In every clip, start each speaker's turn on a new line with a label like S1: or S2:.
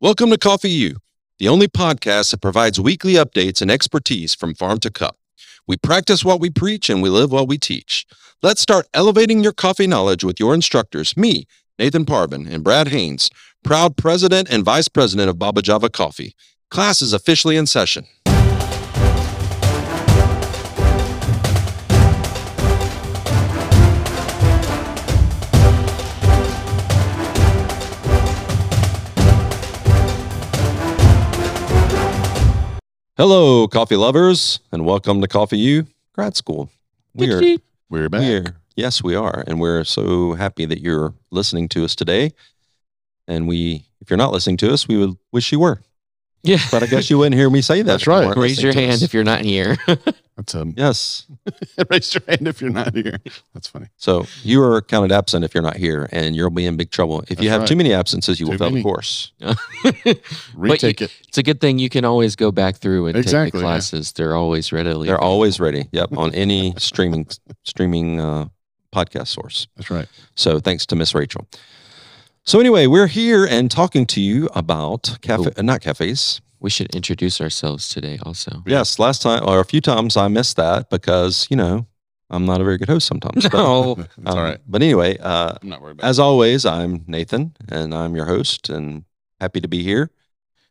S1: Welcome to Coffee U, the only podcast that provides weekly updates and expertise from farm to cup. We practice what we preach and we live what we teach. Let's start elevating your coffee knowledge with your instructors, me, Nathan Parvin, and Brad Haynes, proud president and vice president of Baba Java Coffee. Class is officially in session. Hello, coffee lovers, and welcome to Coffee U grad school. We are
S2: We're back.
S1: We're, yes, we are. And we're so happy that you're listening to us today. And we, if you're not listening to us, we would wish you were.
S3: Yeah.
S1: But I guess you wouldn't hear me say that.
S2: That's
S1: if you
S2: right.
S1: weren't
S3: Raise your
S1: listening to
S3: hand
S1: us.
S3: if you're not here.
S2: That's um,
S1: Yes.
S2: raise your hand if you're not here. That's funny.
S1: So you are counted absent if you're not here, and you'll be in big trouble. If you
S2: That's
S1: have
S2: right.
S1: too many absences, you will
S2: Too
S1: fail the
S2: many.
S1: course.
S3: it's
S2: Retake it.
S3: a good thing you can always go back through and take
S2: Exactly,
S3: the
S2: yeah.
S3: classes. They're always readily.
S1: They're always ready. Yep. On any streaming streaming uh, podcast source.
S2: That's right.
S1: So thanks to Miss Rachel. So anyway, we're here and talking to you about cafe, uh, not cafes,
S3: we should introduce ourselves today also.
S1: Yes, last time or a few times I missed that because you know I'm not a very good host sometimes. but,
S3: No.
S2: That's
S1: um,
S2: all right.
S1: But anyway, uh,
S2: I'm not worried about
S1: as always, I'm Nathan and I'm your host and happy to be here.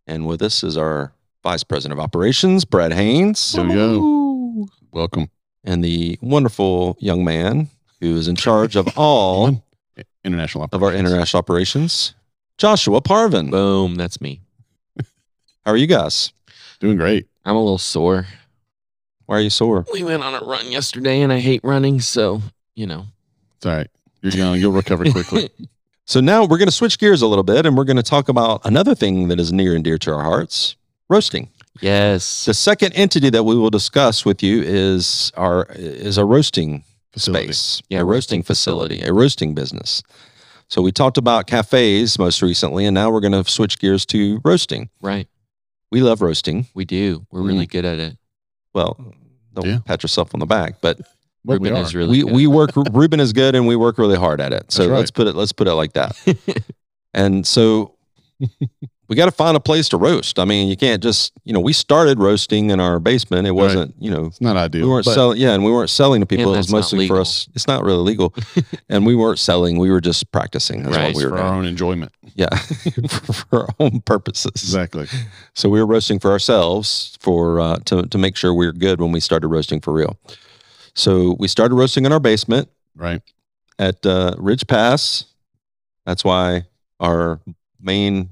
S1: And with us is our vice president of operations, Brad Haynes,
S2: There we go. Welcome.
S1: and the wonderful young man who is in charge of all
S2: All international
S1: of our
S2: operations.
S1: international operations, Joshua Parvin.
S3: Boom, that's me.
S1: How are you guys?
S2: Doing great.
S3: I'm a little sore.
S1: Why are you sore?
S3: We went on a run yesterday and I hate running, so you know.
S2: It's all right. You're gonna you'll recover quickly.
S1: So now we're going to switch gears a little bit and we're going to talk about another thing that is near and dear to our hearts roasting.
S3: Yes.
S1: The second entity that we will discuss with you is our is a roasting
S2: Facility.
S1: space,
S3: Yeah,
S1: a roasting
S3: roasting
S1: facility,
S3: facility.
S1: a roasting business. So we talked about cafes most recently and now we're going to switch gears to roasting.
S3: right.
S1: We love roasting.
S3: We do. We're really good at it.
S1: Well, don't
S2: Yeah.
S1: pat yourself on the back, but
S2: Well, we
S3: Ruben
S2: are.
S3: is really
S1: we, we work Ruben is good and we work really hard at it. So
S2: That's right.
S1: let's put it let's put it like that.
S3: good.
S1: And so we got to find a place to roast. I mean, you can't just, you know, we started roasting in our basement. It wasn't, you know,
S2: It's not
S1: we
S2: ideal.
S1: weren't
S2: but
S1: selling. Yeah. And we weren't selling to people.
S3: And
S1: It was
S3: that's not
S1: mostly for
S3: legal.
S1: us. It's not really legal. and we weren't selling. We were just practicing. That's
S3: Right.
S1: what we were
S2: for our
S1: doing.
S2: own enjoyment.
S1: Yeah. for, for our own purposes.
S2: Exactly.
S1: So we were roasting for ourselves for uh, to, to make sure we were good when we started roasting for real. So we started roasting in our basement
S2: Right.
S1: at uh, Ridge Pass. That's why our main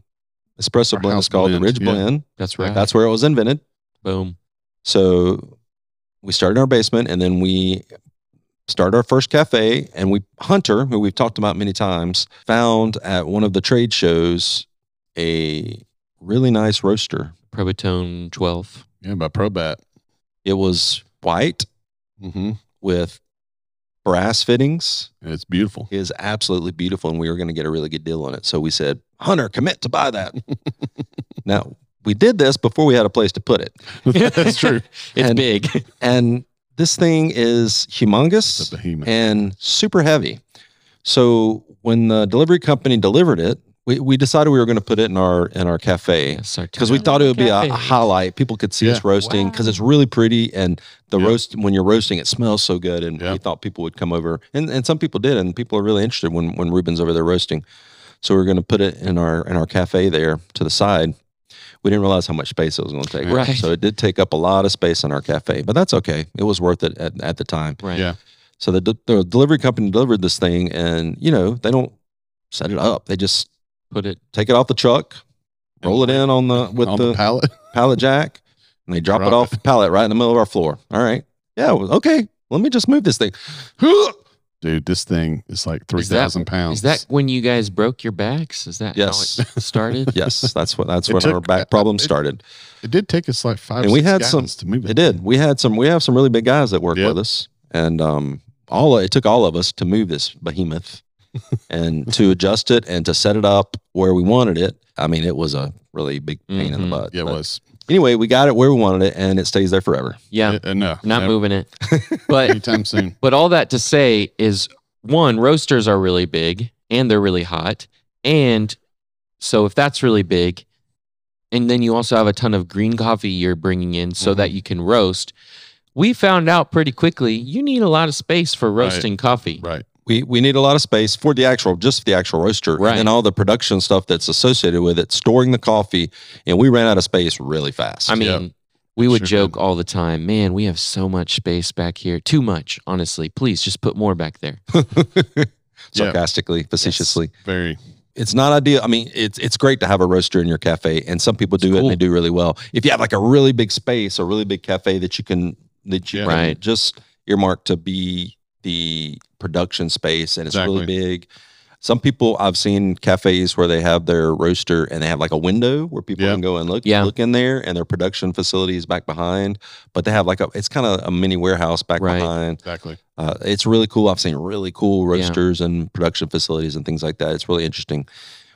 S1: espresso
S2: Our
S1: blend
S2: house
S1: is called
S2: blend,
S1: the Ridge
S2: yeah.
S1: Blend.
S3: That's right.
S1: That's where it was invented.
S3: Boom.
S1: So we started in our basement and then we started our first cafe. And we, Hunter, who we've talked about many times, found at one of the trade shows a really nice roaster.
S3: Probotone 12.
S2: Yeah, by Probat.
S1: It was white
S2: Mm-hmm.
S1: with brass fittings.
S2: It's beautiful.
S1: is absolutely beautiful, and we were going to get a really good deal on it. So we said, Hunter, commit to buy that. now, we did this before we had a place to put it.
S2: That's true.
S3: It's
S1: And-
S3: big.
S1: And this thing is
S2: It's a
S1: humongous
S2: behemoth.
S1: and super heavy. So when the delivery company delivered it, we, we decided we were going to put it in our in our cafe
S3: Yes, our
S1: because we
S3: town.
S1: thought it would be a, a
S3: Cafe.
S1: highlight. People could see us
S2: Yeah.
S1: roasting because
S3: Wow.
S1: it's really pretty, and the
S2: Yeah.
S1: roast when you're roasting, it smells so good. And
S2: Yeah.
S1: we thought people would come over, and, and some people did, and people are really interested when when Ruben's over there roasting. So we are going to put it in our in our cafe there to the side. We didn't realize how much space it was going to take,
S3: Right.
S1: So it did take up a lot of space in our cafe, but that's okay. It was worth it at, at the time.
S3: Right.
S2: Yeah.
S1: So the, de- the delivery company delivered this thing, and you know they don't set it up; they just
S3: Put it
S1: take it off the truck, roll it in on the with
S2: on
S1: the,
S2: the, pallet.
S1: pallet jack and they drop,
S2: Drop
S1: it off the pallet right in the middle of our floor. All right. Yeah. well, okay. Let me just move this thing.
S2: Dude, this thing is like three
S3: Is that-
S2: thousand pounds.
S3: Is that when you guys broke your backs? Is that
S1: Yes.
S3: how it started?
S1: Yes. That's what, that's
S2: It
S1: when our
S2: took-
S1: back problem
S2: it-
S1: started.
S2: it did take us like five
S1: And we had some-
S2: some to move
S1: It did. We had some, we have some really big guys that work
S2: Yep.
S1: with us and, um, all it took all of us to move this behemoth and to adjust it and to set it up where we wanted it. I mean, it was a really big pain in
S3: Mhm.
S1: the butt.
S2: Mm-hmm. Yeah, it
S1: but
S2: was.
S1: Anyway, we got it where we wanted it and it stays there forever.
S3: Yeah.
S2: Uh, no.
S3: Not
S2: no,
S3: moving it. But
S2: anytime soon.
S3: but all that to say is one, roasters are really big and they're really hot. And so if that's really big, and then you also have a ton of green coffee you're bringing in so
S2: Mm-hmm.
S3: that you can roast. We found out pretty quickly you need a lot of space for
S2: Right.
S3: roasting coffee.
S2: Right.
S1: We, we need a lot of space for the actual, just the actual roaster,
S3: Right.
S1: and then all the production stuff that's associated with it, storing the coffee, and we ran out of space really fast.
S3: I mean,
S2: Yeah.
S3: we would
S2: Sure
S3: joke all the time, man, we have so much space back here. Too much, honestly. Please just put more back there.
S1: sarcastically, facetiously.
S2: Very.
S1: It's not ideal. I mean, it's it's great to have a roaster in your cafe, and some people do it
S3: cool.
S1: and they do really well. If you have like a really big space, a really big cafe that you can that you
S2: Yeah.
S1: can
S3: Right.
S1: just earmark to be the production space, and it's really
S2: Exactly.
S1: big. Some people I've seen cafes where they have their roaster and they have like a window where people
S2: Yeah.
S1: can go and look
S3: Yeah.
S1: look in there, and their production facility is back behind. But they have like a it's kind of a mini warehouse back
S3: Right.
S1: behind.
S2: Exactly.
S1: Uh, it's really cool. I've seen really cool
S3: Yeah.
S1: roasters and production facilities and things like that. It's really interesting.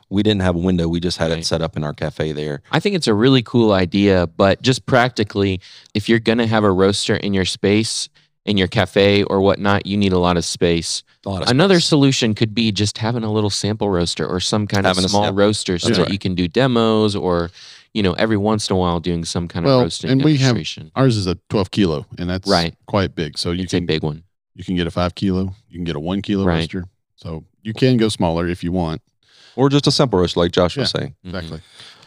S1: We didn't have a window. We just had it
S3: Right.
S1: set up in our cafe there.
S3: I think it's a really cool idea, but just practically, if you're going to have a roaster in your space, in your cafe or whatnot, you need a lot of space.
S1: A lot of
S3: Another
S1: space.
S3: solution could be just having a little sample roaster or some kind
S1: Having a
S3: of small
S1: sample.
S3: roaster so
S2: That's
S3: that
S2: right.
S3: you can do demos or, you know, every once in a while doing some kind
S2: Well,
S3: of roasting
S2: and we have-
S3: demonstration.
S2: Ours is a 12 kilo, and that's
S3: Right.
S2: quite big. So you
S3: it's
S2: can
S3: a big one.
S2: you can get a five kilo, you can get a one kilo
S3: Right.
S2: roaster. So you can go smaller if you want.
S1: or just a simple roast, like Josh was
S2: Yeah.
S1: saying.
S3: Mhm.
S2: Exactly.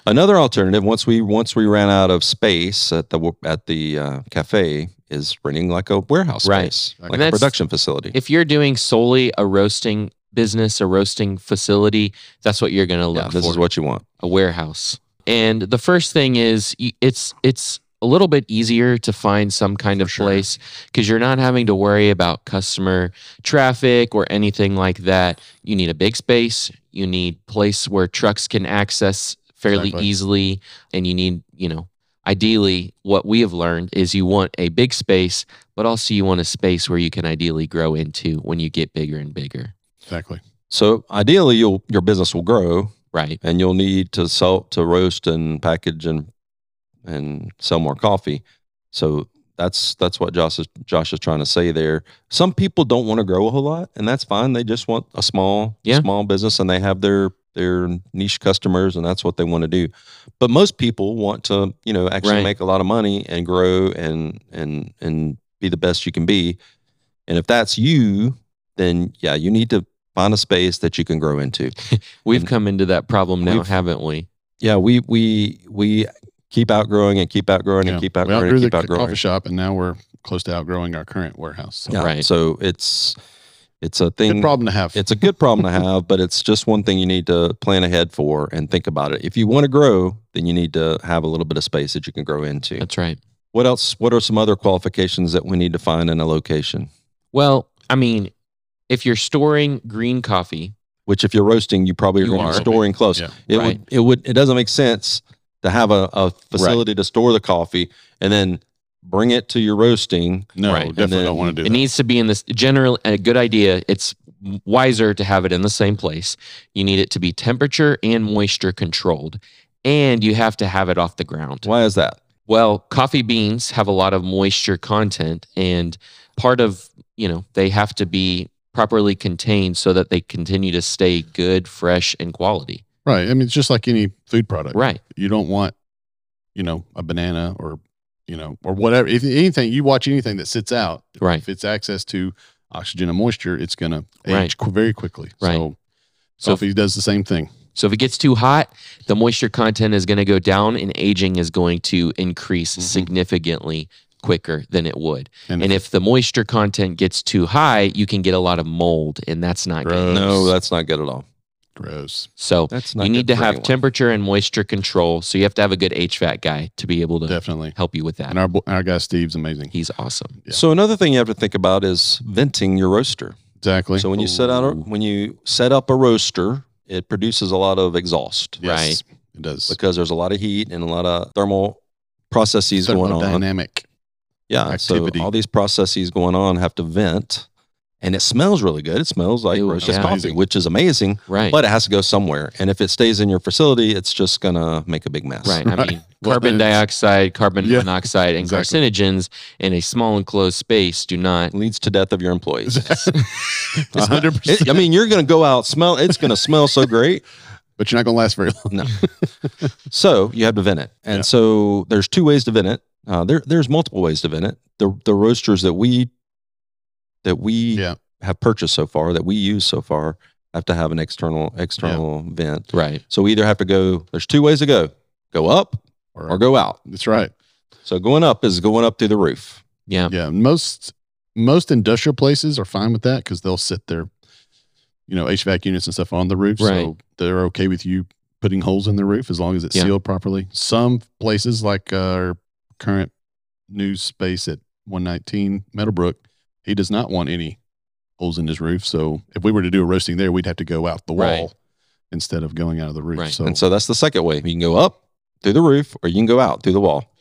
S1: Another alternative once we once we ran out of space at the at the uh, cafe is renting like a warehouse
S3: Right.
S1: space,
S2: And
S1: like a
S3: that's-
S1: production facility.
S3: If you're doing solely a roasting business, a roasting facility, that's what you're going to look
S1: yeah,
S3: for.
S1: this is what you want.
S3: a warehouse. And the first thing is y- it's it's a little bit easier to find some kind of
S1: sure.
S3: place because you're not having to worry about customer traffic or anything like that. You need a big space, you need place where trucks can access fairly
S2: Exactly.
S3: easily and you need, you know, ideally what we have learned is you want a big space, but also you want a space where you can ideally grow into when you get bigger and bigger,
S2: Exactly.
S1: So ideally, you'll your business will grow,
S3: right?
S1: and you'll need to salt to roast and package and and sell more coffee. So that's that's what Josh is Josh is trying to say there. Some people don't want to grow a whole lot, and that's fine. They just want a small
S3: Yeah.
S1: small business, and they have their their niche customers, and that's what they want to do. But most people want to you know actually
S3: Right.
S1: make a lot of money and grow and and and be the best you can be. And if that's you, then yeah, you need to find a space that you can grow into.
S3: We've
S1: And
S3: come into that problem now,
S1: we've-
S3: haven't we?
S1: yeah, we we we keep outgrowing and keep outgrowing
S2: Yeah.
S1: and keep
S2: we
S1: outgrowing
S2: outgrew
S1: and
S2: the
S1: keep
S2: co-
S1: outgrowing.
S2: coffee shop, and now we're close to outgrowing our current warehouse. So
S1: Yeah.
S3: Right.
S1: So it's it's a thing.
S2: good problem to have.
S1: It's a good problem to have, but it's just one thing you need to plan ahead for and think about it. If you want to grow, then you need to have a little bit of space that you can grow into.
S3: That's right.
S1: What else? What are some other qualifications that we need to find in a location?
S3: Well, I mean, if you're storing green coffee,
S1: Which, if you're roasting, you probably are
S3: You
S1: going to
S3: are.
S1: be storing close.
S2: Yeah.
S1: It
S3: Right.
S1: would. It would. It doesn't make sense to have a, a facility to store the coffee and then bring it to your roasting.
S2: no,
S3: Right. And
S2: definitely
S1: then
S2: don't want to do
S3: it
S2: that.
S3: needs to be in this general a good idea. It's wiser to have it in the same place. You need it to be temperature and moisture controlled, and you have to have it off the ground.
S1: Why is that?
S3: Well, coffee beans have a lot of moisture content, and part of you know they have to be properly contained so that they continue to stay good, fresh, and quality.
S2: Right. I mean, it's just like any food product.
S3: Right.
S2: You don't want, you know, a banana or, you know, or whatever. If anything, you watch anything that sits out,
S3: Right.
S2: if it's access to oxygen and moisture, it's going to age
S3: Right.
S2: qu- very quickly.
S3: Right.
S2: So,
S3: So if-
S2: coffee does the same thing.
S3: So if it gets too hot, the moisture content is going to go down and aging is going to increase
S2: Mhm.
S3: significantly quicker than it would.
S2: And
S3: And, if the moisture content gets too high, you can get a lot of mold and that's not good.
S2: Gross.
S1: No, that's not good at all.
S2: Gross.
S3: So
S1: That's
S3: you need
S1: good
S3: to
S1: for
S3: have
S1: anyone.
S3: temperature and moisture control. So you have to have a good HVAC guy to be able to
S2: Definitely.
S3: help you with that.
S2: And our, bo- our guy Steve's amazing.
S3: He's awesome.
S2: Yeah.
S1: So another thing you have to think about is venting your roaster.
S2: Exactly.
S1: So when you set out a,
S3: Ooh.
S1: when you set up a roaster, it produces a lot of exhaust
S2: Yes, It does.
S1: because there's a lot of heat and a lot of thermal processes going on.
S2: Dynamic.
S1: Yeah,
S2: activity.
S1: so all these processes going on have to vent, and it smells really good. It smells like
S3: Ew,
S1: roasted
S3: yeah.
S1: coffee,
S2: Amazing.
S1: which is amazing.
S3: Right.
S1: But it has to go somewhere, and if it stays in your facility, it's just gonna make a big mess.
S3: Right. I
S2: Right.
S3: mean,
S2: Well,
S3: carbon
S2: it's-
S3: dioxide, carbon
S2: Yeah.
S3: monoxide, and
S2: Exactly.
S3: carcinogens in a small enclosed space do not.
S1: leads to death of your employees.
S2: A hundred percent.
S1: Uh-huh. It- I mean, you're gonna go out smell. It's gonna smell so great,
S2: but you're not going to last very long.
S1: So you have to vent it, and
S2: Yeah.
S1: so there's two ways to vent it. Uh, there, there's multiple ways to vent it. The the roasters that we that we
S2: Yeah.
S1: have purchased so far, that we use so far, have to have an external external vent.
S3: Right.
S1: So we either have to go. There's two ways to go: go up or go out.
S2: That's right.
S1: So going up is going up through the roof.
S3: Yeah.
S2: Yeah, most most industrial places are fine with that because they'll sit their, you know, HVAC units and stuff on the roof,
S3: Right.
S2: so they're okay with you putting holes in the roof as long as it's
S3: Yeah.
S2: sealed properly. Some places like uh, our current new space at 119 Meadowbrook, he does not want any holes in his roof. So if we were to do a roasting there, we'd have to go out the wall
S3: Right.
S2: instead of going out of the roof.
S3: Right.
S2: So,
S1: And so that's the second way. You can go up through the roof, or you can go out through the wall.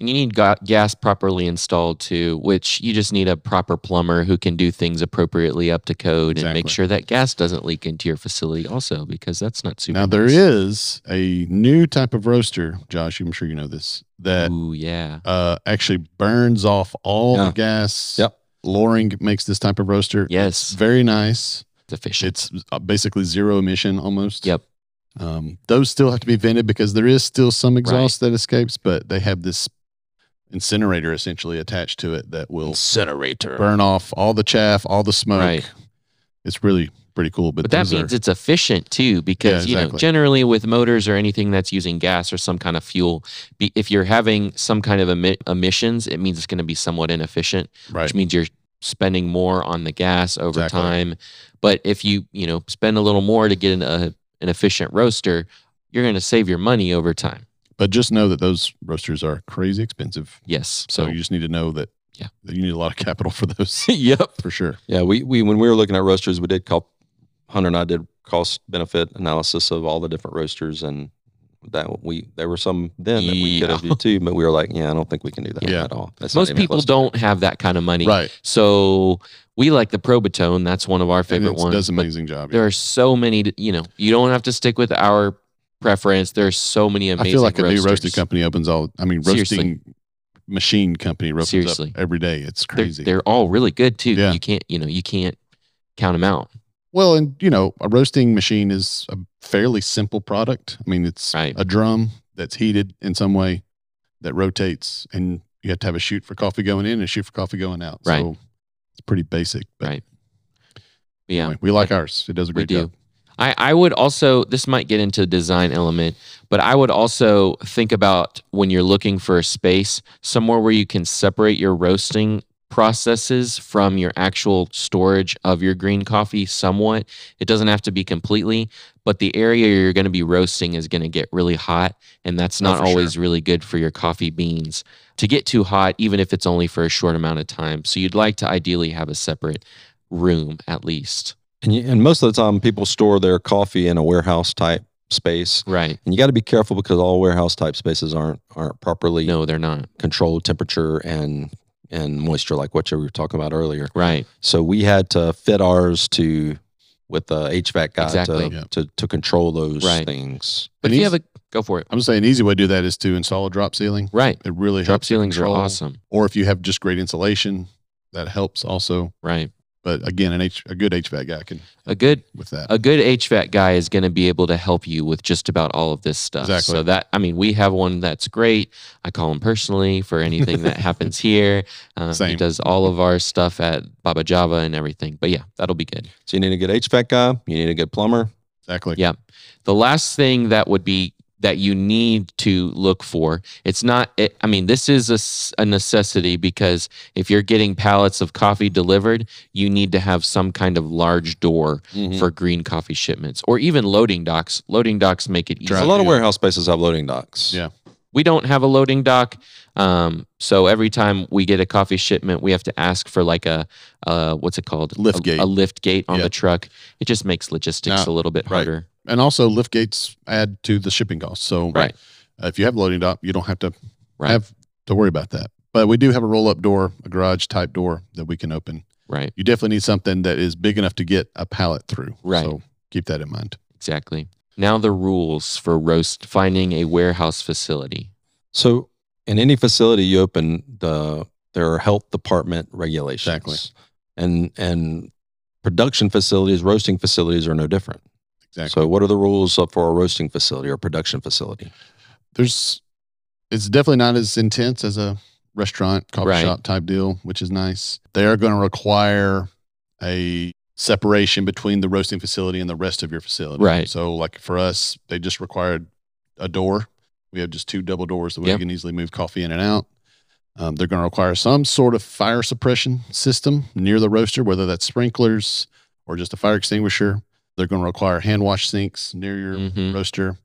S3: And you need ga- gas properly installed too, which you just need a proper plumber who can do things appropriately up to code and make
S2: Exactly.
S3: sure that gas doesn't leak into your facility also, because that's not super.
S2: now there
S3: nice.
S2: is a new type of roaster, Josh. I'm sure you know this. That
S3: Ooh, yeah.
S2: uh, actually burns off all
S1: Yeah.
S2: the gas.
S1: Yep.
S2: Loring makes this type of roaster. It's
S3: Yes.
S2: very nice.
S3: It's efficient.
S2: It's uh, basically zero emission almost.
S3: Yep.
S2: Um, those still have to be vented because there is still some exhaust that escapes, but they have this incinerator essentially attached to it that will
S1: Incinerator.
S2: burn off all the chaff, all the smoke.
S3: Right.
S2: It's really pretty cool. But,
S3: But that
S2: those
S3: means
S2: are,
S3: it's efficient too, because you know,
S2: exactly.
S3: generally with motors or anything that's using gas or some kind of fuel, be, if you're having some kind of emi- emissions, it means it's going to be somewhat inefficient.
S2: right.
S3: which means you're spending more on the gas over
S2: Exactly.
S3: time. But if you, you know, spend a little more to get an, a, an efficient roaster, you're going to save your money over time.
S2: But just know that those roasters are crazy expensive.
S3: Yes. So,
S2: So, you just need to know that,
S3: Yeah.
S2: that you need a lot of capital for those
S3: yep.
S2: for sure.
S1: Yeah, we, we when we were looking at roasters, we did call Hunter and I did cost benefit analysis of all the different roasters, and that we there were some then that we could have
S3: Yeah.
S1: do too, but we were like, yeah, I don't think we can do that
S2: Yeah.
S1: at all. That's not
S3: Most
S1: even
S3: people
S1: close.
S3: don't have that kind of money.
S2: Right.
S3: So we like the Probatone. That's one of our favorite
S2: it
S3: ones.
S2: does an
S3: but
S2: amazing job. yeah.
S3: There are so many, to- you know, you don't have to stick with our preference. There's so many
S2: I
S3: amazing
S2: feel like a new
S3: roasters.
S2: roasted company opens all. I mean, roasting
S3: Seriously.
S2: machine company opens
S3: Seriously.
S2: up every day. It's
S3: They're,
S2: crazy.
S3: they're all really good too.
S2: Yeah.
S3: You can't, you know, you can't count them out.
S2: well, and you know, a roasting machine is a fairly simple product. I mean, it's
S3: Right.
S2: a drum that's heated in some way that rotates, and you have to have a chute for coffee going in and a chute for coffee going out.
S3: Right.
S2: So it's pretty basic. But
S3: Right. Yeah.
S2: anyway, we like ours. It does a
S3: We
S2: great
S3: do.
S2: job.
S3: I, I would also this might get into the design element, but I would also think about when you're looking for a space, somewhere where you can separate your roasting processes from your actual storage of your green coffee somewhat. It doesn't have to be completely, but the area you're going to be roasting is going to get really hot, and that's
S2: Oh,
S3: not
S2: for
S3: always really good for your coffee beans to get too hot, even if it's only for a short amount of time. So you'd like to ideally have a separate room at least.
S1: And, you, and most of the time, people store their coffee in a warehouse type space,
S3: Right.
S1: and you got to be careful because all warehouse type spaces aren't aren't properly
S3: No, they're not.
S1: controlled temperature and and moisture like what you were talking about earlier.
S3: Right.
S1: So we had to fit ours to with the HVAC guy
S3: Exactly.
S1: to,
S2: Yeah.
S1: to to control those
S3: Right.
S1: things.
S3: But
S2: And
S3: if you
S2: he's-
S3: have a go for it.
S2: I'm saying an easy way to do that is to install a drop ceiling.
S3: Right.
S2: It really
S3: Drop
S2: helps to
S3: ceilings are
S2: control.
S3: awesome.
S2: Or if you have just great insulation, that helps also.
S3: Right.
S2: But again, an H, a good HVAC guy can
S3: A good
S2: with that.
S3: a good HVAC guy is going to be able to help you with just about all of this stuff.
S2: Exactly.
S3: So that I mean, we have one that's great. I call him personally for anything that happens here. Um, he
S2: Same.
S3: does all of our stuff at Baba Java and everything. But yeah, that'll be good.
S1: So you need a good HVAC guy. You need a good plumber.
S2: Exactly.
S3: Yeah. The last thing that would be that you need to look for. It's not, it, I mean, this is a, s- a necessity because if you're getting pallets of coffee delivered, you need to have some kind of large door
S2: Mm-hmm.
S1: For-
S3: for green coffee shipments or even loading docks. Loading docks make it easy.
S1: A
S2: Right,
S1: lot of
S2: yeah.
S1: warehouse spaces have loading docks.
S2: Yeah.
S3: We don't have a loading dock. Um, so every time we get a coffee shipment, we have to ask for like a, uh, what's it called?
S2: Lift
S3: a,
S2: gate.
S3: A lift gate on
S2: Yeah.
S3: the truck. It just makes logistics a little bit
S2: right.
S3: harder.
S2: And also lift gates add to the shipping costs. So
S3: Right.
S2: uh, if you have a loading dock, you don't have to
S3: Right.
S2: have to worry about that. But we do have a roll up door, a garage type door that we can open.
S3: Right.
S2: You definitely need something that is big enough to get a pallet through.
S3: Right.
S2: So keep that in mind.
S3: Exactly. Now the rules for roast finding a warehouse facility.
S1: So in any facility you open, the there are health department regulations.
S2: Exactly.
S1: And and production facilities, roasting facilities are no different.
S2: Exactly.
S1: So, what are the rules of- for a roasting facility or production facility?
S2: There's, it's definitely not as intense as a restaurant, coffee
S3: Right.
S2: shop type deal, which is nice. They are going to require a separation between the roasting facility and the rest of your facility.
S3: Right.
S2: So, like for us, they just required a door. We have just two double doors that we
S3: Yep.
S2: can easily move coffee in and out. Um, they're going to require some sort of fire suppression system near the roaster, whether that's sprinklers or just a fire extinguisher. They're going to require hand wash sinks near your
S3: Mhm.
S2: roaster,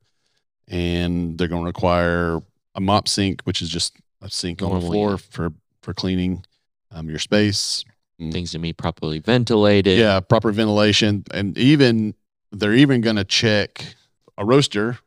S2: and they're going to require a mop sink, which is just a sink on the
S3: Normal,
S2: floor
S3: yeah.
S2: for for cleaning um, your space.
S3: Things to be properly ventilated.
S2: Yeah, proper ventilation, and even they're even going to check a roaster.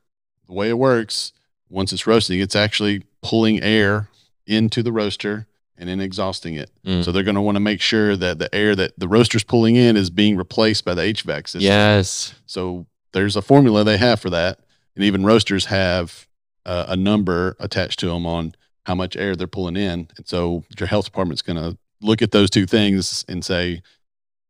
S2: The way it works, once it's roasting, it's actually pulling air into the roaster and then exhausting it.
S3: Mm.
S2: So they're going to want to make sure that the air that the roaster's pulling in is being replaced by the HVAC system.
S3: Yes.
S2: So there's a formula they have for that, and even roasters have uh, a number attached to them on how much air they're pulling in. And so your health department's going to look at those two things and say,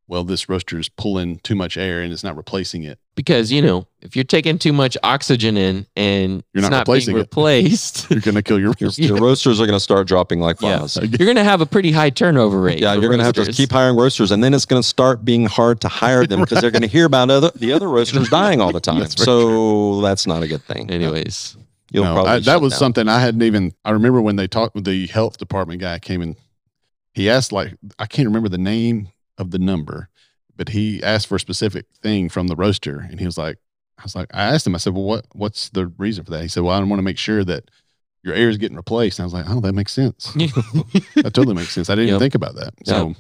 S2: "Well, this roaster is pulling too much air and it's not replacing it."
S3: Because, you know, if you're taking too much oxygen in and
S2: You're
S3: it's
S2: not
S3: not
S2: replacing
S3: being
S2: it.
S3: replaced,
S2: You're going to kill your
S1: Your,
S2: roaster.
S1: your roasters are going to start dropping like
S3: Yeah.
S1: flies.
S3: you're going to have a pretty high turnover rate.
S1: Yeah,
S3: for
S1: you're going to have to
S3: roasters.
S1: keep hiring roasters, and then it's going to start being hard to hire them because they're going to hear about other the other roasters dying all the time.
S2: That's very
S1: so that's not a good thing.
S3: Anyways,
S1: You'll
S2: No,
S1: probably
S2: I- that
S1: shut
S2: was
S1: down.
S2: something I hadn't even. I remember when they talked. The health department guy came and he asked like I can't remember the name of the number, but he asked for a specific thing from the roaster, and he was like, I was like, I asked him. I said, well, what what's the reason for that? He said, well, I want to make sure that your air is getting replaced. And I was like, oh, that makes sense. that totally makes sense. I didn't
S3: Yep.
S2: even think about that. So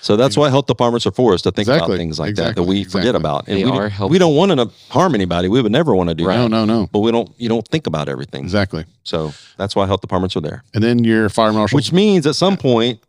S1: So that's why health departments are for us to think
S2: Exactly,
S1: about things like that
S2: exactly,
S1: that we forget
S2: exactly.
S1: about. we,
S3: they are
S1: don't-
S3: helpful.
S1: we don't want to harm anybody. We would never want to do
S2: no,
S1: that.
S2: no, no,
S1: But we don't. You don't think about everything.
S2: exactly.
S1: So that's why health departments are there.
S2: And then your fire marshal,
S1: Which means at some point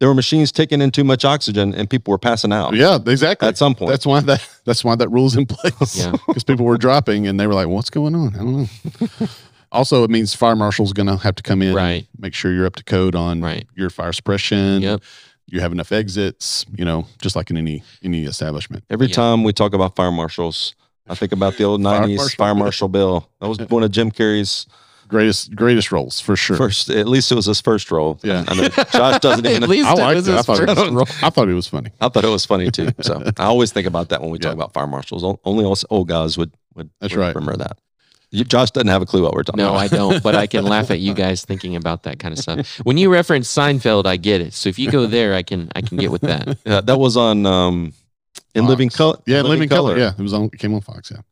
S1: there were machines taking in too much oxygen and people were passing out.
S2: yeah, exactly.
S1: At some point.
S2: That's why that that's why that rule's in place.
S3: Yeah.
S2: Because people were dropping and they were like, What's going on? I don't know. also, it means fire marshal's gonna have to come in and
S3: right,
S2: make sure you're up to code on
S3: right.
S2: your fire suppression.
S3: Yep.
S2: You have enough exits, you know, just like in any any establishment.
S1: Every
S3: Yeah.
S1: time we talk about fire marshals, I think about the old
S2: Fire
S1: 90s
S2: marshal.
S1: fire marshal bill. That was one of Jim Carrey's
S2: Greatest greatest roles for sure.
S1: first, at least it was his first role.
S2: Yeah.
S1: I know Josh doesn't even.
S3: At least
S2: I
S3: it
S2: liked
S3: was
S2: it. I
S3: his
S2: thought it
S3: first
S2: was-
S3: role.
S2: I thought it was funny.
S1: I thought it was funny too. So I always think about that when we
S2: Yeah.
S1: talk about fire marshals. O- Only us old guys would would,
S2: That's
S1: would
S2: right.
S1: remember that. You, Josh doesn't have a clue what we're talking
S3: No,
S1: about.
S3: I don't. But I can laugh at you guys thinking about that kind of stuff. When you reference Seinfeld, I get it. So if you go there, I can I can get with that.
S1: Yeah, Uh, that was on um, in
S2: Fox.
S1: living color.
S2: Yeah, Living, Color. Yeah, it was on. It came on Fox. Yeah.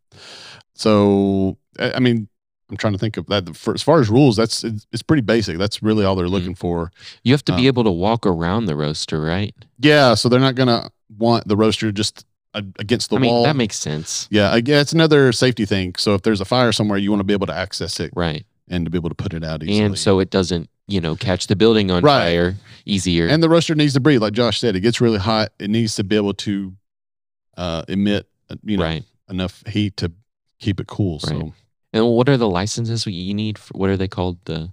S2: So I I mean, I'm trying to think of that. For, as far as rules, that's it's, it's pretty basic. That's really all they're looking for.
S3: You have to
S2: Um,
S3: be able to walk around the roaster, right?
S2: Yeah, so they're not gonna want the roaster just uh, against
S3: I
S2: the
S3: mean,
S2: wall.
S3: that makes sense.
S2: yeah, I guess it's another safety thing. So if there's a fire somewhere, you want to be able to access it
S3: Right.
S2: and to be able to put it out easily.
S3: And so it doesn't, you know, catch the building on
S2: Right.
S3: fire easier.
S2: and the roaster needs to breathe, like Josh said. It gets really hot. It needs to be able to uh, emit uh, you know
S3: right.
S2: enough heat to keep it cool. So
S3: Right. And what are the licenses we- you need? For, what are they called? The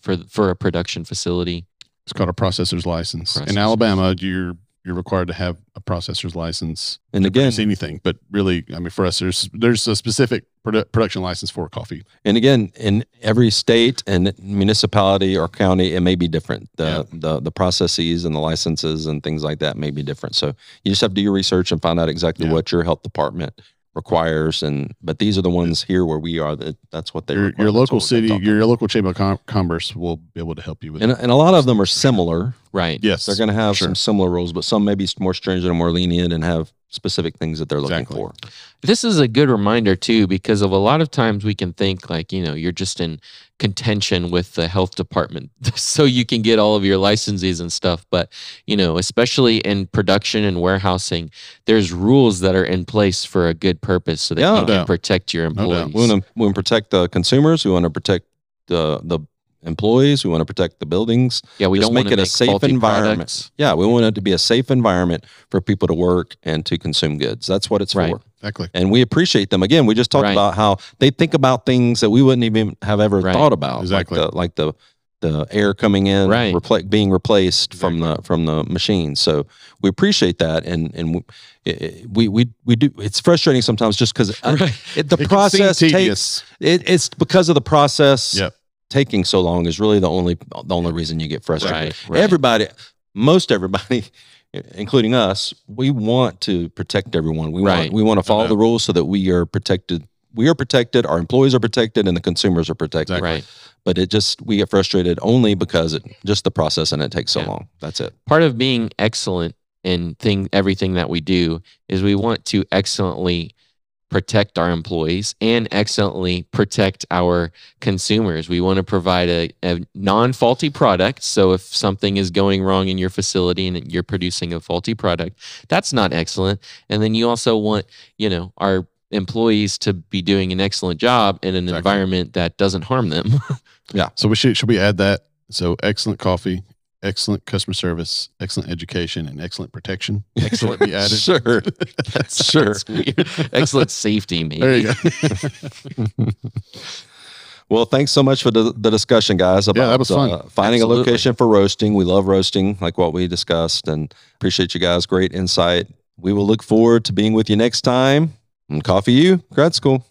S3: for for a production facility.
S2: it's called a processor's license.
S3: Processor's
S2: In Alabama, you're you're required to have a processor's license.
S1: And again,
S2: It's anything, but really, I mean, for us, there's there's a specific produ- production license for coffee.
S1: and again, in every state and municipality or county, it may be different. The the the processes and the licenses and things like that may be different. So you just have to do your research and find out exactly
S2: Yeah.
S1: what your health department requires. And but these are the ones here where we are. That that's what they
S2: your,
S1: require.
S2: your
S1: That's
S2: local
S1: what we've been
S2: city,
S1: talking
S2: your local chamber of com- commerce will be able to help you with.
S1: And,
S2: it.
S1: and a lot of them are similar.
S3: Right.
S2: yes,
S1: They're going to have
S2: Sure.
S1: some similar rules, but some may be more stringent and more lenient and have specific things that they're looking
S2: Exactly.
S1: for.
S3: This is a good reminder too, because of a lot of times we can think like, you know, you're just in contention with the health department, so you can get all of your licenses and stuff. But you know, especially in production and warehousing, there's rules that are in place for a good purpose, so that
S1: Yeah.
S3: you
S1: No
S3: can
S2: doubt.
S3: protect your
S2: No doubt.
S3: employees.
S1: We want to we want to protect the consumers. We want to protect the the employees. We want to protect the buildings.
S3: yeah, we
S1: just
S3: don't
S1: make
S3: wanna
S1: it a safe
S3: faulty
S1: environment.
S3: products.
S1: Yeah, we want it to be a safe environment for people to work and to consume goods. That's what it's
S3: Right.
S1: for.
S2: exactly.
S1: And we appreciate them. Again, we just talked
S3: Right.
S1: about how they think about things that we wouldn't even have ever
S3: Right.
S1: thought about.
S2: Exactly.
S1: Like the like the the air coming in,
S3: Right.
S1: repla- being replaced from the from the machine. So we appreciate that, and and we it- we we, we do. It's frustrating sometimes just because
S3: Right.
S1: the
S2: It can seem
S1: process takes.
S2: tedious.
S1: It, it's because of the process
S2: Yep.
S1: taking so long is really the only the only reason you get frustrated
S3: Right, right.
S1: everybody most everybody including us we want to protect everyone we
S3: Right.
S1: want we want to follow
S2: Uh-huh.
S1: the rules so that we are protected we are protected our employees are protected and the consumers are protected
S2: Exactly.
S3: right.
S1: but it just we get frustrated only because it just the process and it takes so
S3: Yeah.
S1: long that's it
S3: Part of being excellent in thing everything that we do is we want to excellently protect our employees and excellently protect our consumers. We want to provide a, a non-faulty product. So if something is going wrong in your facility and you're producing a faulty product, that's not excellent. And then you also want, you know, our employees to be doing an excellent job in an
S2: Exactly.
S3: environment that doesn't harm them.
S2: So we should should we add that? So excellent coffee, excellent customer service, excellent education, and excellent protection. Excellent be added.
S1: sure
S3: That
S1: Sure.
S3: sounds weird. Excellent safety, maybe.
S2: There you go.
S1: Well, thanks so much for the, the discussion, guys. About,
S2: that was fun.
S1: Uh, finding a
S3: Absolutely.
S1: location for roasting. We love roasting, like what we discussed, and appreciate you guys. Great insight. We will look forward to being with you next time. And coffee you grad school.